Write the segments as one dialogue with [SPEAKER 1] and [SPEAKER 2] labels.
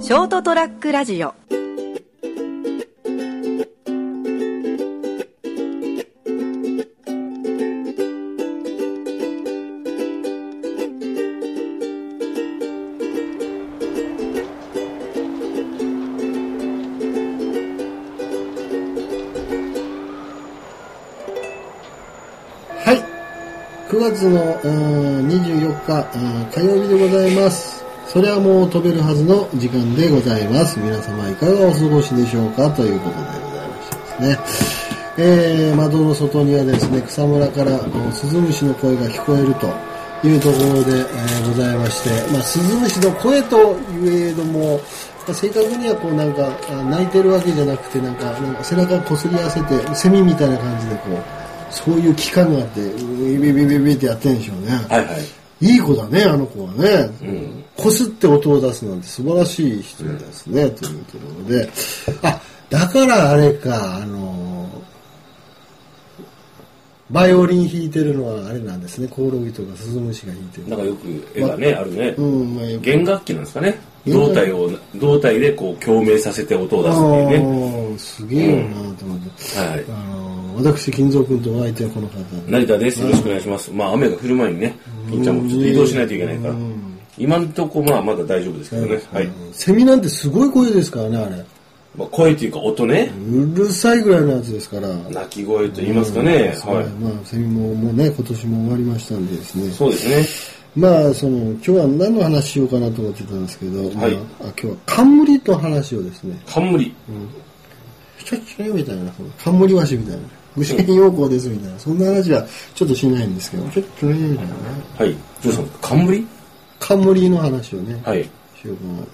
[SPEAKER 1] ショートトラックラジオ
[SPEAKER 2] はい。9月のうん24日うん火曜日でございます。それはもう飛べるはずの時間でございます。皆様いかがお過ごしでしょうかということでございましてですね。えー、窓の外にはですね、草むらからこうスズムシの声が聞こえるというところで、えーございまして、まあ、スズムシの声といえども、まあ正確にはこうなんか、あ泣いてるわけじゃなくて、なんか、なんか背中こすり合わせて、セミみたいな感じでこう、そういう期間があって、ビビビビビってやってるんでしょうね。
[SPEAKER 3] はいはい。
[SPEAKER 2] いい子だね、あの子はね。こすって音を出すなんて素晴らしい人ですね、というところで。あ、だからあれか、あのバイオリン弾いてるのはあれなんですね、コオロギとかスズムシが弾いてる。
[SPEAKER 3] なんかよく絵がね、あるね
[SPEAKER 2] う。ん、まあ、よく
[SPEAKER 3] 弦楽器なんですかね。
[SPEAKER 2] 弦楽器
[SPEAKER 3] 胴体を、胴体でこう共鳴させて音を出すっていうね。
[SPEAKER 2] ああ、すげえよなと思って。
[SPEAKER 3] はい
[SPEAKER 2] あ。の私、金蔵君とお相手はこの方で。
[SPEAKER 3] 成田です。よろしくお願いします。まあ雨が降る前にね、金ちゃんもちょっと移動しないといけないから。今んとこまあまだ大丈夫ですけどね。はい。
[SPEAKER 2] セミなんてすごい声ですからね、あれ。
[SPEAKER 3] まあ声というか音ね。
[SPEAKER 2] うるさいぐらいのやつですから。
[SPEAKER 3] 鳴き声と言いますかね。
[SPEAKER 2] はい、
[SPEAKER 3] は
[SPEAKER 2] まあセミももうね今年も終わりましたんでですね
[SPEAKER 3] い。そうです
[SPEAKER 2] まあその今日は何の話しようかなと思ってたんですけど、
[SPEAKER 3] はい
[SPEAKER 2] まあ、あ今日は冠と話をですね
[SPEAKER 3] ね。冠。
[SPEAKER 2] ひょひょひょみたいなこの冠和紙みたいな具志堅用高ですみたいなそんな話はちょっとしないんですけどちょっとねみたいなね
[SPEAKER 3] はい。どうしたんですか冠
[SPEAKER 2] 冠の話をね、
[SPEAKER 3] はい。
[SPEAKER 2] しようかな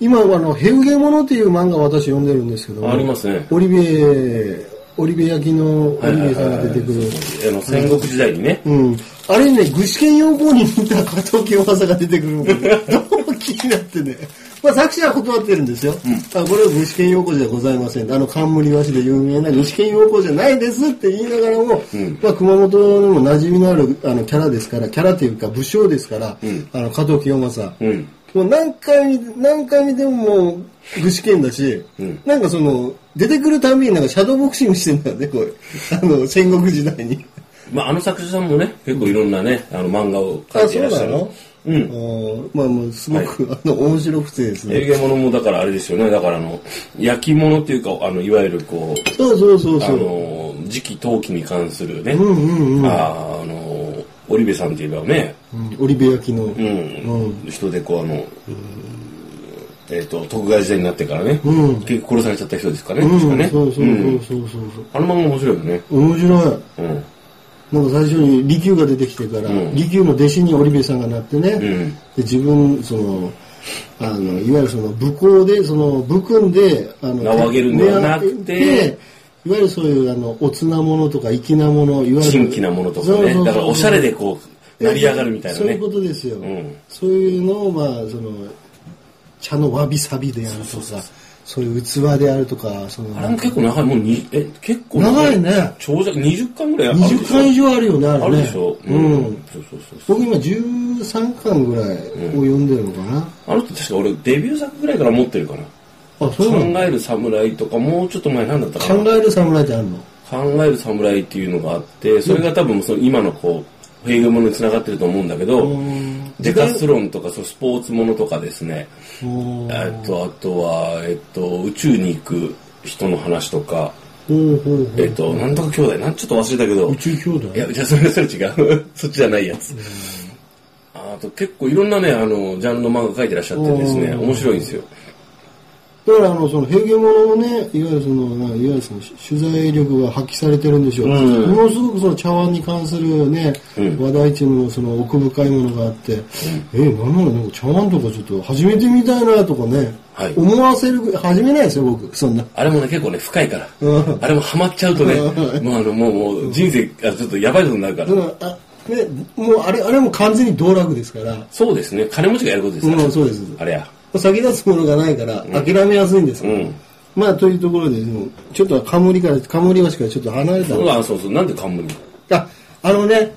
[SPEAKER 2] 今あの「ヘウゲモノ」っていう漫画私読んでるんですけど
[SPEAKER 3] ありますね
[SPEAKER 2] オリビエオリビエ焼きのオ
[SPEAKER 3] は
[SPEAKER 2] リビ
[SPEAKER 3] い
[SPEAKER 2] エ
[SPEAKER 3] はいは
[SPEAKER 2] さんが出てくる、
[SPEAKER 3] い。あの、戦国時代にね。
[SPEAKER 2] うん。あれね、具志堅用法に似た加藤清正が出てくるのが、ね、どうも気になってね。まあ、作者は断ってるんですよ。あこれは具志堅用法じゃございません。あの、冠和紙で有名な具志堅用法じゃないですって言いながらも、まあ、熊本にも馴染みのあるあのキャラですから、キャラというか武将ですから、あの、加藤清正。
[SPEAKER 3] うん。
[SPEAKER 2] もう何回見、何回見てももう、具志堅だし、
[SPEAKER 3] ん
[SPEAKER 2] なんかその、出てくるたびになんかシャドーボクシングしてんだよね、これ。あの、戦国時代に。
[SPEAKER 3] まああの作者さんもね、結構いろんなね、あの漫画を描いていらっしゃる
[SPEAKER 2] あ。そう
[SPEAKER 3] うん。
[SPEAKER 2] おまあもうすごく、あの面白くてです
[SPEAKER 3] 営
[SPEAKER 2] ね。
[SPEAKER 3] 業物もだからあれですよねだからあの焼き物っていうかあのいわゆるこう
[SPEAKER 2] そうそうそう
[SPEAKER 3] あ
[SPEAKER 2] そう。
[SPEAKER 3] の時期陶器に関するね、
[SPEAKER 2] うんうんうん。
[SPEAKER 3] ああの織部さんといえばね、
[SPEAKER 2] オリベ焼きの。う。
[SPEAKER 3] うんん人でこうあの、えっと徳川時代になってからね、
[SPEAKER 2] うん
[SPEAKER 3] 結局殺されちゃった人ですかね、確かね
[SPEAKER 2] そうそう
[SPEAKER 3] うん
[SPEAKER 2] そうそうそう
[SPEAKER 3] あの漫画面白いよね、
[SPEAKER 2] そう。面白い。
[SPEAKER 3] うん、
[SPEAKER 2] なんか最初に利休が出てきてから、
[SPEAKER 3] うん
[SPEAKER 2] 利休の弟子に織部さんがなってね、
[SPEAKER 3] ん
[SPEAKER 2] で自分そのあのいわゆるその武功でその武君であの
[SPEAKER 3] 縄上げるんではなくて
[SPEAKER 2] いわゆるそういうあのおつなものとか粋なものいわゆる
[SPEAKER 3] 新規なものとか
[SPEAKER 2] そうそう
[SPEAKER 3] ね
[SPEAKER 2] そう
[SPEAKER 3] だからおしゃれでこう成り上がるみたいな
[SPEAKER 2] そうい
[SPEAKER 3] ね
[SPEAKER 2] うことですよ、
[SPEAKER 3] ん
[SPEAKER 2] そういうのをまあその茶のわびさびであるとかそういう器であるとかその
[SPEAKER 3] あれも結構長いもうにえ結構
[SPEAKER 2] 長いね
[SPEAKER 3] 長尺20巻ぐらいあるでしょ
[SPEAKER 2] 20巻以上あるよねあれね
[SPEAKER 3] あるでしょ、
[SPEAKER 2] うん
[SPEAKER 3] そうそうそうそう
[SPEAKER 2] 僕今13巻ぐらいを読んでるのかな、
[SPEAKER 3] あの人確か俺デビュー作ぐらいから持ってるかな
[SPEAKER 2] あそう
[SPEAKER 3] 考
[SPEAKER 2] なの
[SPEAKER 3] える侍とかもうちょっと前なんだったかな
[SPEAKER 2] 考える侍ってあるの
[SPEAKER 3] 考える侍っていうのがあってそれが多分その今のこう平ものにつながってると思うんだけど
[SPEAKER 2] ん
[SPEAKER 3] デカスロンとかそうスポーツものとかですね
[SPEAKER 2] おー
[SPEAKER 3] えっとあとは、えっと、宇宙に行く人の話とか、
[SPEAKER 2] ほうほうほ
[SPEAKER 3] え
[SPEAKER 2] う
[SPEAKER 3] っと、なんとか兄弟なんちょっと忘れたけど
[SPEAKER 2] 宇宙兄弟
[SPEAKER 3] いや、じゃあそれそれ違う。 そっちじゃないやつ。あと結構いろんなね、あの、ジャンルの漫画書いてらっしゃってですね、
[SPEAKER 2] うん
[SPEAKER 3] 面白いんですよ。
[SPEAKER 2] だからあのその平家物をねいわゆるそのまあいわゆるその取材力が発揮されてるんでしょう、
[SPEAKER 3] うん
[SPEAKER 2] ものすごくその茶碗に関するね、
[SPEAKER 3] うん
[SPEAKER 2] 話題っていうのもその奥深いものがあって、えなんなのなんか茶碗とかちょっと始めてみたいなとかね、
[SPEAKER 3] はい
[SPEAKER 2] 思わせる始めないですよ僕そんな
[SPEAKER 3] あれもね、結構ね、深いから
[SPEAKER 2] う。
[SPEAKER 3] あれもハマっちゃうとね、
[SPEAKER 2] うん
[SPEAKER 3] もうあの、もう、もう人生、あちょっとやばいことになるか。
[SPEAKER 2] だかららあねもうあれあれも完全に道楽ですから
[SPEAKER 3] そうですね、金持ちがやることですか
[SPEAKER 2] う
[SPEAKER 3] ら
[SPEAKER 2] ん。そうです
[SPEAKER 3] あれや。
[SPEAKER 2] 先立つものがないから諦めやすいんですけど、
[SPEAKER 3] うん
[SPEAKER 2] まあというところででもちょっと冠から冠橋からちょっと離れた
[SPEAKER 3] うわそうそう、なんで冠
[SPEAKER 2] ああのね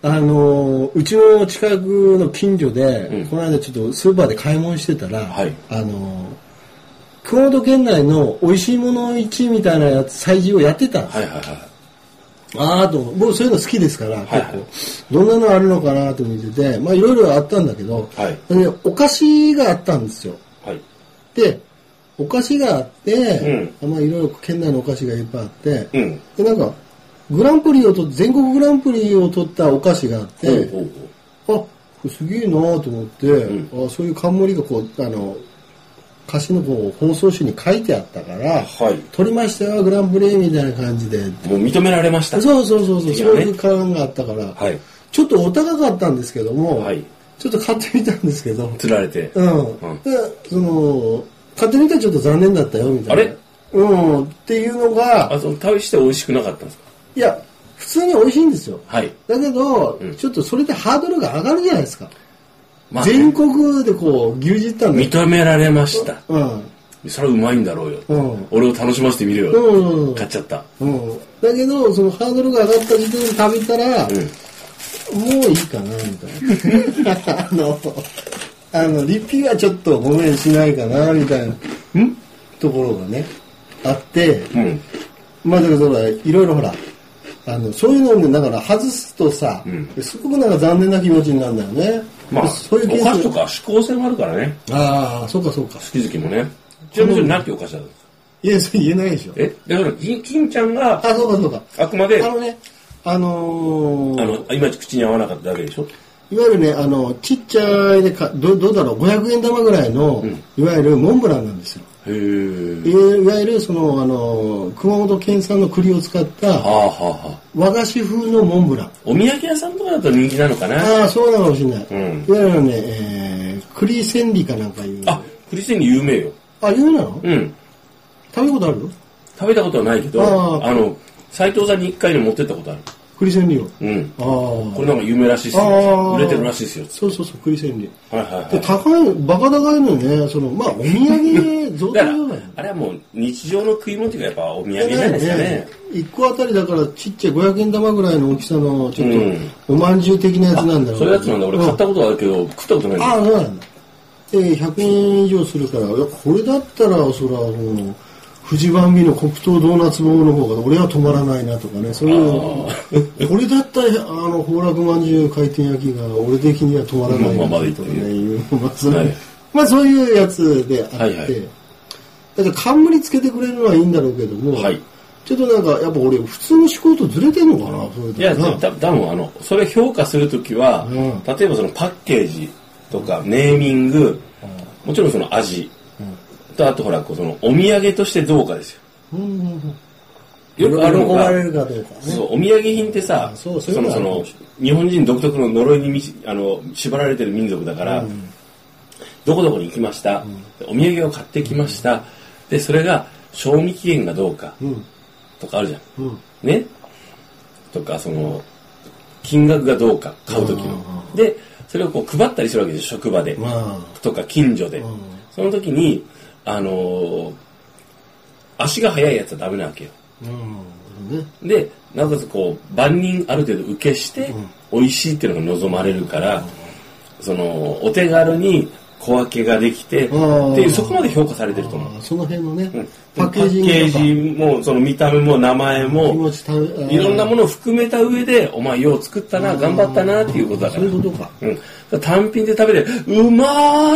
[SPEAKER 2] あのーうちの近くの近所で、
[SPEAKER 3] うん
[SPEAKER 2] この間ちょっとスーパーで買い物してたら、
[SPEAKER 3] はい
[SPEAKER 2] あのー熊本県内の美味しいもの市みたいなやつ催事をやってたんですよ、
[SPEAKER 3] はいはいは
[SPEAKER 2] ああと思う僕そういうの好きですから結構、
[SPEAKER 3] はいはい
[SPEAKER 2] どんなのあるのかなと見ててまあいろいろあったんだけど、
[SPEAKER 3] はい
[SPEAKER 2] でお菓子があったんですよ
[SPEAKER 3] い。はい。
[SPEAKER 2] でお菓子があって、まあいろいろ県内のお菓子がいっぱいあって、
[SPEAKER 3] うん。
[SPEAKER 2] でなんかグランプリをと全国グランプリを取ったお菓子があって、
[SPEAKER 3] ほうほうほう
[SPEAKER 2] あこれすげえなと思って、
[SPEAKER 3] う
[SPEAKER 2] あそういう冠がこうあの歌詞のこう放送紙に書いてあったから
[SPEAKER 3] はい。
[SPEAKER 2] 取りましたよグランプリみたいな感じで
[SPEAKER 3] もう認められました。
[SPEAKER 2] そうそうそうそう、
[SPEAKER 3] 的
[SPEAKER 2] そ
[SPEAKER 3] な
[SPEAKER 2] う
[SPEAKER 3] ね
[SPEAKER 2] いう感があったから、
[SPEAKER 3] はい。
[SPEAKER 2] ちょっとお高かったんですけども、
[SPEAKER 3] はい。
[SPEAKER 2] ちょっと買ってみたんですけど、
[SPEAKER 3] 釣られて。
[SPEAKER 2] うん、
[SPEAKER 3] うん
[SPEAKER 2] でその買ってみたらちょっと残念だったよみたいな
[SPEAKER 3] あれ
[SPEAKER 2] うんっていうのが
[SPEAKER 3] あ、その、旅して美味しくなかったんですか
[SPEAKER 2] いや普通に美味しいんですよ
[SPEAKER 3] はい。
[SPEAKER 2] だけど、
[SPEAKER 3] うん
[SPEAKER 2] ちょっとそれでハードルが上がるじゃないですか。
[SPEAKER 3] まあ、
[SPEAKER 2] 全国でこう、牛耳ったんだよ。
[SPEAKER 3] 認められました。
[SPEAKER 2] うん。
[SPEAKER 3] それはうまいんだろうよ。
[SPEAKER 2] うん。
[SPEAKER 3] 俺を楽しませてみる
[SPEAKER 2] う
[SPEAKER 3] よ。
[SPEAKER 2] ん。うん
[SPEAKER 3] 買っちゃった。
[SPEAKER 2] うん。だけど、そのハードルが上がった時点で食べたら、
[SPEAKER 3] うん。
[SPEAKER 2] もういいかな、みたいな。あ の、あの、リピはちょっとごめんしないかな、みたいな
[SPEAKER 3] うん
[SPEAKER 2] ところがね、あって、
[SPEAKER 3] うん。
[SPEAKER 2] まあだけどほら、いろいろほら、あの、そういうので、だから外すとさ、
[SPEAKER 3] う
[SPEAKER 2] すごくなんか残念な気持ちになるんだよね。
[SPEAKER 3] まあ、
[SPEAKER 2] そういうケース
[SPEAKER 3] お菓子とか指向性もあるからね。
[SPEAKER 2] ああ、そうかそうか。
[SPEAKER 3] 好き好きもね。ちなみにそれ何てお菓子だったんですか
[SPEAKER 2] いや、それ言えないでしょ。
[SPEAKER 3] えだから、金金ちゃんが
[SPEAKER 2] あ、そうかそうか。
[SPEAKER 3] あくまで、
[SPEAKER 2] あ
[SPEAKER 3] あ
[SPEAKER 2] のね、あのー
[SPEAKER 3] の、いまいち口に合わなかっただけでしょ
[SPEAKER 2] いわゆるね、あの、ちっちゃいでか、どどうだろう、500円玉ぐらいの、
[SPEAKER 3] うん
[SPEAKER 2] いわゆるモンブランなんですよ。
[SPEAKER 3] へえ。
[SPEAKER 2] いわゆる、その、あのー、熊本県産の栗を使っ
[SPEAKER 3] はあ
[SPEAKER 2] た
[SPEAKER 3] はあはあ。
[SPEAKER 2] 和菓子風のモンブラン。
[SPEAKER 3] お土産屋さんとかだと人気なのかな
[SPEAKER 2] ああ、そうなのかもしれない。
[SPEAKER 3] うん
[SPEAKER 2] いわゆるね、えー、栗千里かなんかいう。
[SPEAKER 3] あ、栗千里有名よ。
[SPEAKER 2] あ、有名なの、
[SPEAKER 3] うん。
[SPEAKER 2] 食べたことある
[SPEAKER 3] 食べたことはないけど、
[SPEAKER 2] あー
[SPEAKER 3] あの、斎藤さんに一回で持ってったことある。
[SPEAKER 2] 栗千里を。
[SPEAKER 3] うん。
[SPEAKER 2] あ
[SPEAKER 3] こ
[SPEAKER 2] あ。
[SPEAKER 3] れなんか有名らしいっす
[SPEAKER 2] あ
[SPEAKER 3] よ。
[SPEAKER 2] ー
[SPEAKER 3] 売れてるらしいっすよ。
[SPEAKER 2] そうそうそう、栗千里。
[SPEAKER 3] はいはいはい
[SPEAKER 2] で。高い、バカ高いのよね。その、まあ、お土産、贈答じ
[SPEAKER 3] だか
[SPEAKER 2] ゃない
[SPEAKER 3] ら、あれはもう日常の食い物っていうかやっぱお土産じゃないですかね。
[SPEAKER 2] 1個あたりだからちっちゃい500円玉ぐらいの大きさのちょっ
[SPEAKER 3] うん
[SPEAKER 2] とおまんじゅう的なやつなんだろう
[SPEAKER 3] そういうやつなんだ。俺買ったことはあるけど、食ったことないんだ
[SPEAKER 2] ああそうなんだで100円以上するからいやこれだったらそらもう富士番組の黒糖ドーナツ棒の方が俺は止まらないなとかねそういうこれだったらあの崩落まんじゅう回転焼きが俺的には止まらない
[SPEAKER 3] まあまあまあ
[SPEAKER 2] なとかねいうまあそういう
[SPEAKER 3] はい
[SPEAKER 2] まあそういうやつであって、
[SPEAKER 3] はいはい
[SPEAKER 2] だから冠つけてくれるのはいいんだろうけども、
[SPEAKER 3] はい
[SPEAKER 2] ちょっとなんかやっぱ俺普通の思考とずれてんのかなそれ
[SPEAKER 3] いや、
[SPEAKER 2] とも
[SPEAKER 3] た
[SPEAKER 2] な
[SPEAKER 3] 多分あの、それ評価するときは、
[SPEAKER 2] うん
[SPEAKER 3] 例えばそのパッケージとかネーミング、もちろんその味、とあとほら、こうそのお土産としてどうかですよ。
[SPEAKER 2] うんうんうん
[SPEAKER 3] よくあるの
[SPEAKER 2] 喜ば
[SPEAKER 3] が、
[SPEAKER 2] れるかどうかね
[SPEAKER 3] そう、お土産品ってさ、
[SPEAKER 2] あそう
[SPEAKER 3] そ
[SPEAKER 2] そういう
[SPEAKER 3] の
[SPEAKER 2] のあ
[SPEAKER 3] そ
[SPEAKER 2] るか
[SPEAKER 3] の
[SPEAKER 2] もし、
[SPEAKER 3] 日本人独特の呪いにみしあの縛られてる民族だから、どこどこに行きました、お土産を買ってきました、で、それが賞味期限がどうか
[SPEAKER 2] うん
[SPEAKER 3] とかあるじゃん。
[SPEAKER 2] うん
[SPEAKER 3] ねとかその金額がどうか買う時
[SPEAKER 2] うんうん
[SPEAKER 3] のでそれをこう配ったりするわけですよ職場で
[SPEAKER 2] まあ
[SPEAKER 3] とか近所で
[SPEAKER 2] ん
[SPEAKER 3] その時にあのー足が速いやつはダメなわけよ
[SPEAKER 2] うんね
[SPEAKER 3] でなおかつこう万人ある程度受けして美味しいっていうのが望まれるからそのお手軽に小分けができてって
[SPEAKER 2] うん
[SPEAKER 3] いうそこまで評価されてると思う
[SPEAKER 2] あーその辺のね、
[SPEAKER 3] うん
[SPEAKER 2] パッケージングと
[SPEAKER 3] パ
[SPEAKER 2] か
[SPEAKER 3] ッケージもその見た目も名前も
[SPEAKER 2] 気持ち食べあー
[SPEAKER 3] いろんなものを含めた上で、お前よう作ったな、頑張ったなっていうことだか
[SPEAKER 2] そう
[SPEAKER 3] ら。。
[SPEAKER 2] いううんことか
[SPEAKER 3] だから単品で食べて、うま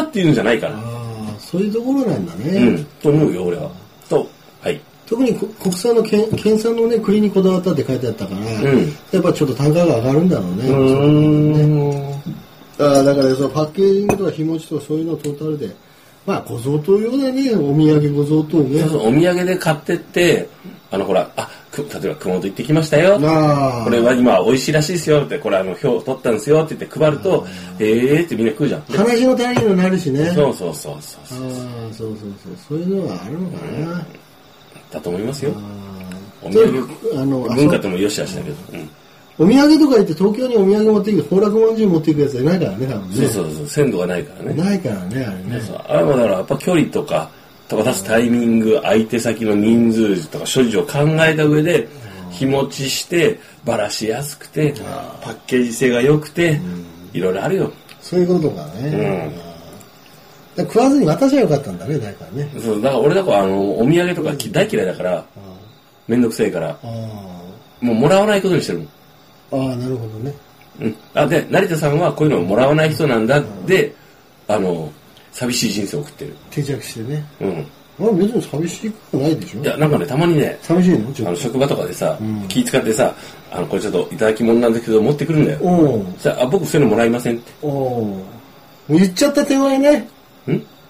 [SPEAKER 3] ーっていうんじゃないから。
[SPEAKER 2] ああそういうところなんだね、
[SPEAKER 3] うん。と思うよ、俺は。と、はい。
[SPEAKER 2] 特にこ国産の県県産のね栗にこだわったって書いてあったから、
[SPEAKER 3] ん
[SPEAKER 2] やっぱちょっと単価が上がるんだろうね、
[SPEAKER 3] ん。
[SPEAKER 2] あーだからそのパッケージングとか日持ちとかそういうのトータルでまあご贈答用だねお土産ご贈答ね
[SPEAKER 3] そうそう、お土産で買ってって、あの、ほら、あ、く例えば熊本行ってきましたよ。
[SPEAKER 2] まあ
[SPEAKER 3] これは今美味しいらしいですよって、これあの、票取ったんですよって言って配ると、えーってみんな食うじゃん。で
[SPEAKER 2] 話の種にもなるしね
[SPEAKER 3] そうそうそうそう
[SPEAKER 2] あ
[SPEAKER 3] そう。
[SPEAKER 2] あそうそうそうそういうのはあるのかな、あ
[SPEAKER 3] だと思いますよ。
[SPEAKER 2] あ
[SPEAKER 3] お
[SPEAKER 2] ー
[SPEAKER 3] 土
[SPEAKER 2] と
[SPEAKER 3] 産
[SPEAKER 2] にかくあのあ
[SPEAKER 3] 文化
[SPEAKER 2] そう
[SPEAKER 3] ともよしあしだけど。うん。
[SPEAKER 2] お土産とか行って東京にお土産持っていく崩落まんじゅう持っていくやつはいないからね多分ね
[SPEAKER 3] そうそうそう、鮮度がないからね。
[SPEAKER 2] ないからねあれね
[SPEAKER 3] そうあれはだからやっぱ距離とかとか出すタイミング相手先の人数とか所持を考えた上で日持ちしてばらしやすくてパッケージ性が良くていろいろあるよ
[SPEAKER 2] そういうことかね。だから食わずに渡しはよかったんだね、だからね。
[SPEAKER 3] そうだから俺だからあのお土産とかき大嫌いだから面倒くせえから
[SPEAKER 2] あ
[SPEAKER 3] もうもらわないことにしてるもん
[SPEAKER 2] あああ、なるほどね。
[SPEAKER 3] うん、あで成田さんはこういうのをもらわない人なんだで、あの寂しい人生を送ってる、
[SPEAKER 2] 定着してね。
[SPEAKER 3] うん、
[SPEAKER 2] あ別に寂しくないでしょ
[SPEAKER 3] いやなんかねたまにね
[SPEAKER 2] 寂しいのちょ
[SPEAKER 3] あの
[SPEAKER 2] っと。
[SPEAKER 3] 職場とかでさ、
[SPEAKER 2] ん
[SPEAKER 3] 気使ってさあのこれちょっといただき物なんですけど持ってくるんだよ
[SPEAKER 2] おう
[SPEAKER 3] そしたらあ僕そういうのもらいませんって
[SPEAKER 2] おうもう言っちゃった手前ね。
[SPEAKER 3] ん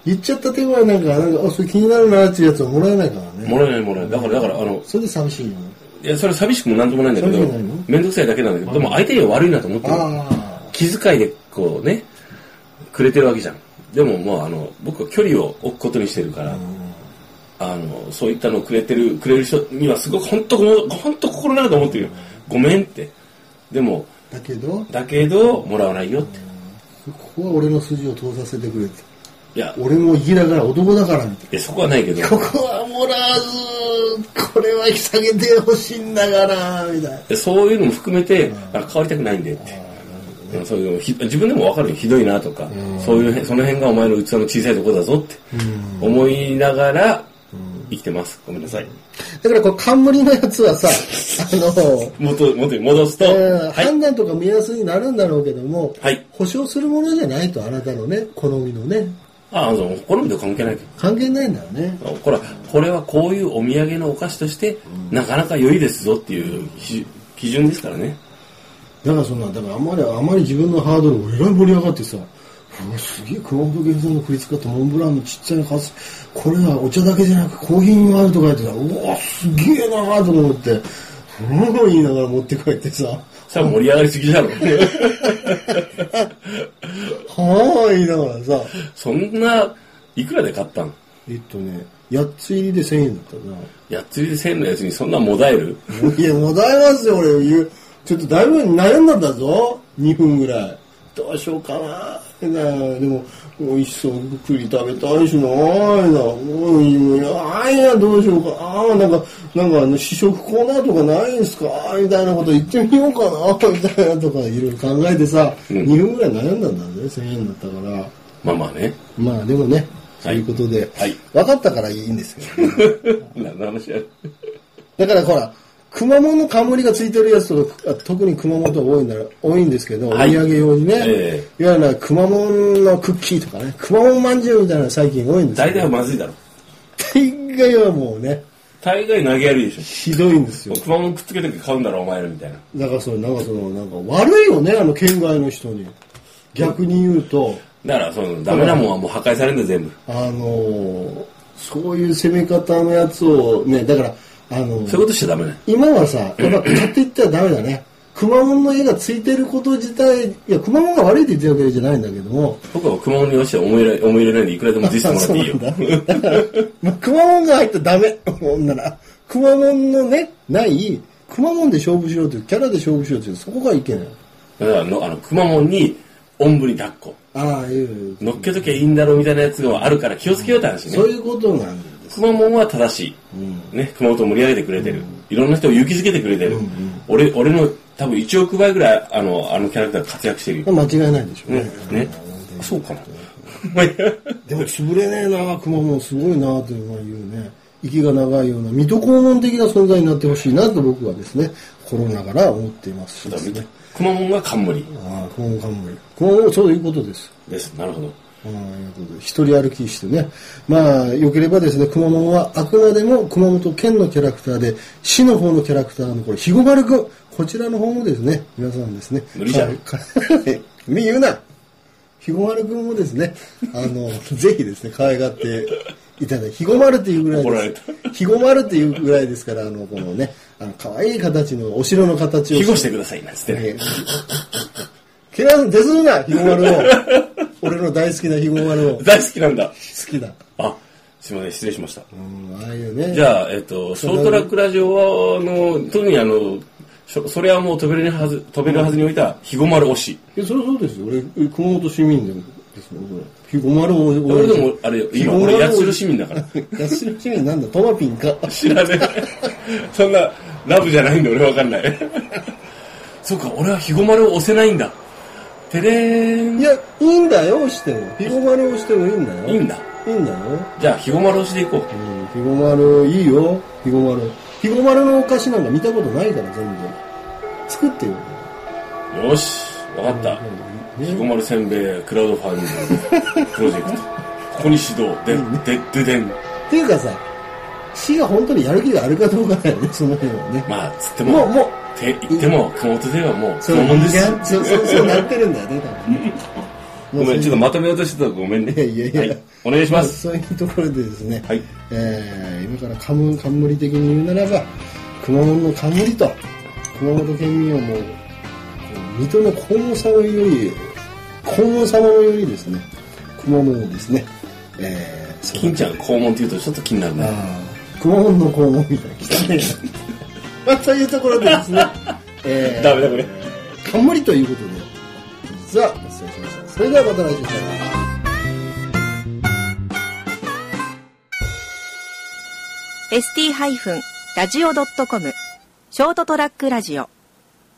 [SPEAKER 2] 言っちゃった手前なんか、なんか、あ、それ気になるなっていうやつはもらえないからね。
[SPEAKER 3] もらえないもらえないだからだからあの
[SPEAKER 2] それで寂しいの。
[SPEAKER 3] いやそれは寂しくもなんともないんだけど
[SPEAKER 2] 寂しくないの
[SPEAKER 3] 面倒くさいだけなんだけどでも相手には悪いなと思ってる
[SPEAKER 2] あ
[SPEAKER 3] 気遣いでこうねくれてるわけじゃんでももうあの僕は距離を置くことにしてるから、
[SPEAKER 2] あ。うん
[SPEAKER 3] あの、そういったのをくれてる、くれる人にはすごく本当、本当心の中で思ってるよ。ごめんって。でも、
[SPEAKER 2] だけど、
[SPEAKER 3] だけど、もらわないよって。
[SPEAKER 2] ここは俺の筋を通させてくれて。
[SPEAKER 3] いや、い
[SPEAKER 2] 俺も生きながら男だからみたい
[SPEAKER 3] やそこはないけど、い
[SPEAKER 2] な。ここはもらわず、これは下げてほしいんだから、みたいな。
[SPEAKER 3] やそういうのも含めて、あ変わりたくないんでって。うんそういうのひ自分でも分かるよひどいなとか、そういうへんその辺がお前の器の小さいところだぞって思いながら生きてますごめんなさい
[SPEAKER 2] だからこう冠のやつはさ、あ の、
[SPEAKER 3] 元元に戻すと、
[SPEAKER 2] えー
[SPEAKER 3] はい
[SPEAKER 2] 判断とか目安になるんだろうけども、
[SPEAKER 3] はい
[SPEAKER 2] 保証するものじゃないと、あなたのね、好みのね、
[SPEAKER 3] ああの好みと関係ないけど
[SPEAKER 2] 関係ないんだよね。
[SPEAKER 3] ほら、これはこういうお土産のお菓子として、なかなか良いですぞっていう基基準ですからね。
[SPEAKER 2] だからそんな、だからあんまり、あんまり自分のハードルをえらい盛り上がってさ、うわすげえ熊本原産の振り使ったモンブランのちっちゃいカス、これはお茶だけじゃなくコーヒーにもあるとか言ってさ、うわ、すげえなと思って、うん、言いながら持って帰ってさ、は
[SPEAKER 3] さあ盛り上がりすぎだろ。
[SPEAKER 2] ぁ言いながらさ、
[SPEAKER 3] そんな、いくらで買ったん
[SPEAKER 2] えっとね、8つ入りで1000円だったな。
[SPEAKER 3] やっつりで1000のやつにそんなもだえる
[SPEAKER 2] いや、もうだいますよ、俺。言うちょっとだいぶ悩んだんだぞ。2分ぐらい。どうしようかな。なでも、美味しそう。栗食べたいしな。なうん、いや、いや、どうしようか。ああ、なんか、なんかあの、試食コーナーとかないんすかみたいなこと言ってみようかな。み たいなとか、いろいろ考えてさ、2分ぐらい悩んだんだぜ。1000円だったから。
[SPEAKER 3] まあまあね。
[SPEAKER 2] まあ、でもね、そ
[SPEAKER 3] は
[SPEAKER 2] う
[SPEAKER 3] い
[SPEAKER 2] いうことで、
[SPEAKER 3] はい
[SPEAKER 2] 分かったからいいんですけどね。
[SPEAKER 3] 何の話やる
[SPEAKER 2] だからほら、熊本の冠がついてるやつとか、特に熊本は多いんだろ多いんですけど、
[SPEAKER 3] はい
[SPEAKER 2] お土産用にね、
[SPEAKER 3] え
[SPEAKER 2] いわゆる熊本のクッキーとかね、熊本まんじゅうみたいなの最近多いんです
[SPEAKER 3] 大
[SPEAKER 2] け
[SPEAKER 3] 体
[SPEAKER 2] ど、
[SPEAKER 3] はまずいだろ。
[SPEAKER 2] 大概はもうね、
[SPEAKER 3] 大概投げやるでし
[SPEAKER 2] ひどいんですよ
[SPEAKER 3] ょ。。熊本くっつけて買うんだろ、お前らみたいな。
[SPEAKER 2] だからそれ、なんかその、なんか悪いよね、あの県外の人に。逆に言うと、
[SPEAKER 3] だから、その、ダメなもんはもう破壊されるんだよ、全部。
[SPEAKER 2] あのーそういう攻め方のやつをね、だから、あのー
[SPEAKER 3] そういうことしちゃダメね。
[SPEAKER 2] 今はさ、やっぱ買っていったらダメだね。熊本の絵がついてること自体、いや、熊本が悪いって言ってるわけじゃないんだけども、
[SPEAKER 3] 僕は熊本に落ちて思い入れ思い入れないんで、いくらでも実してもらっていいよ。
[SPEAKER 2] そうなんだまあ熊本が入ったらダメ。ほんなら、熊本のね、ない、熊本で勝負しようという、キャラで勝負しようという、そこがいけない。
[SPEAKER 3] だからの、あの、熊本に、おんぶに抱っこ。
[SPEAKER 2] ああ、いういう、
[SPEAKER 3] 乗っけときゃいいんだろうみたいなやつがあるから気をつけようって話ね
[SPEAKER 2] そう。いうことなんです。
[SPEAKER 3] 熊本は正しい。ね、熊本を盛り上げてくれてる。いろんな人を勇気づけてくれてる。俺、俺の多分1億倍ぐらい、あの、あのキャラクターが活躍してるよ。
[SPEAKER 2] まあ間違いないでしょうね。
[SPEAKER 3] ね。そうかな。 まあいや
[SPEAKER 2] でも潰れねえな、熊本すごいなというのは言うね。息が長いような、水戸黄門的な存在になってほしいなと僕はですね、心ながら思っています。ですね
[SPEAKER 3] 熊本が冠
[SPEAKER 2] ああ、今後考える。今後、そういうことです。
[SPEAKER 3] です。なるほど。
[SPEAKER 2] ああ、いうことで。一人歩きしてね。まあ、良ければですね、熊本はあくまでも熊本県のキャラクターで、市の方のキャラクターのこれ、ひごばるくん。こちらの方もですね、皆さんですね。
[SPEAKER 3] 無理じゃん
[SPEAKER 2] か。か君言うな。ひごまるくんもですね、あの、 ぜひですね、可愛がっていただいて、ひごまるっていうぐらい
[SPEAKER 3] 怒られ
[SPEAKER 2] で
[SPEAKER 3] た
[SPEAKER 2] す。ひごまるっていうぐらいですから、あの、このね、あの、可愛い形の、お城の形を。
[SPEAKER 3] 庇護してください、なんつってね。
[SPEAKER 2] えーケラさん、出すぎな、ひごま るを。俺の大好きなひごまるを。好
[SPEAKER 3] 大好きなんだ。
[SPEAKER 2] きだ。
[SPEAKER 3] あ、すいません、失礼しました。
[SPEAKER 2] うん、ああいうね。
[SPEAKER 3] じゃあ、えっと、ショートラックラジオは、あの、特にあの、しょそれはもう飛べるはず、飛べるはずに置いた、ひご丸推し。
[SPEAKER 2] えそれそうですよ。俺、熊本市民でもですよ。ひごまるを。
[SPEAKER 3] 俺でも、あれよ、今、 俺、八代市民だから。
[SPEAKER 2] ら。八代市民なんだ、トマピンか。
[SPEAKER 3] 知らねえ。そんな、 ラブじゃないんで俺わかんない。 そうか、俺は日ごまるを押せないんだ。てれーん。
[SPEAKER 2] いや、いいんだよ、押しても。ひごまる押してもいいんだよ。
[SPEAKER 3] いいんだ。
[SPEAKER 2] いいんだよ。
[SPEAKER 3] じゃあ、日ごまる押しでいこう。
[SPEAKER 2] うん、ひごまる、いいよ、ひごまる。ひごまるのお菓子なんか見たことないから、全部。作ってよ。
[SPEAKER 3] よし、わかった。ひごまるせんべいクラウドファンディングプロジェクト。ここに指導。で、で、で、でん。
[SPEAKER 2] っていうかさ、市が本当にやる気があるかどうかだよね、その辺はね。
[SPEAKER 3] まあ、つって
[SPEAKER 2] も
[SPEAKER 3] も
[SPEAKER 2] う、、もう、
[SPEAKER 3] て言っても、熊本ではもう、そ
[SPEAKER 2] そう
[SPEAKER 3] のもんですよ。
[SPEAKER 2] そうそうそうなってるんだよね、多分ね。
[SPEAKER 3] ごめん、ちょっとまとめようとしてたらごめんね。
[SPEAKER 2] いやいやいや
[SPEAKER 3] はい、お願いし
[SPEAKER 2] まあ、
[SPEAKER 3] ます。
[SPEAKER 2] そういうところでですね、
[SPEAKER 3] はい。
[SPEAKER 2] えー、今から冠冠的に言うならば、熊本の冠と、熊本県民はもう、こう水戸の黄門様より、黄門様のよりですね、熊本をですね、えー、そう
[SPEAKER 3] 金ちゃん肛門って言うとちょっと気になるね。
[SPEAKER 2] あー熊本の黄門みたいな汚いな。まあ、というところでです ね、えー
[SPEAKER 3] ダメだこれ。
[SPEAKER 2] 冠ということで、実はお伝えしました。それではまた来週さよなら。
[SPEAKER 1] ST-radio.com ショートトラックラジオ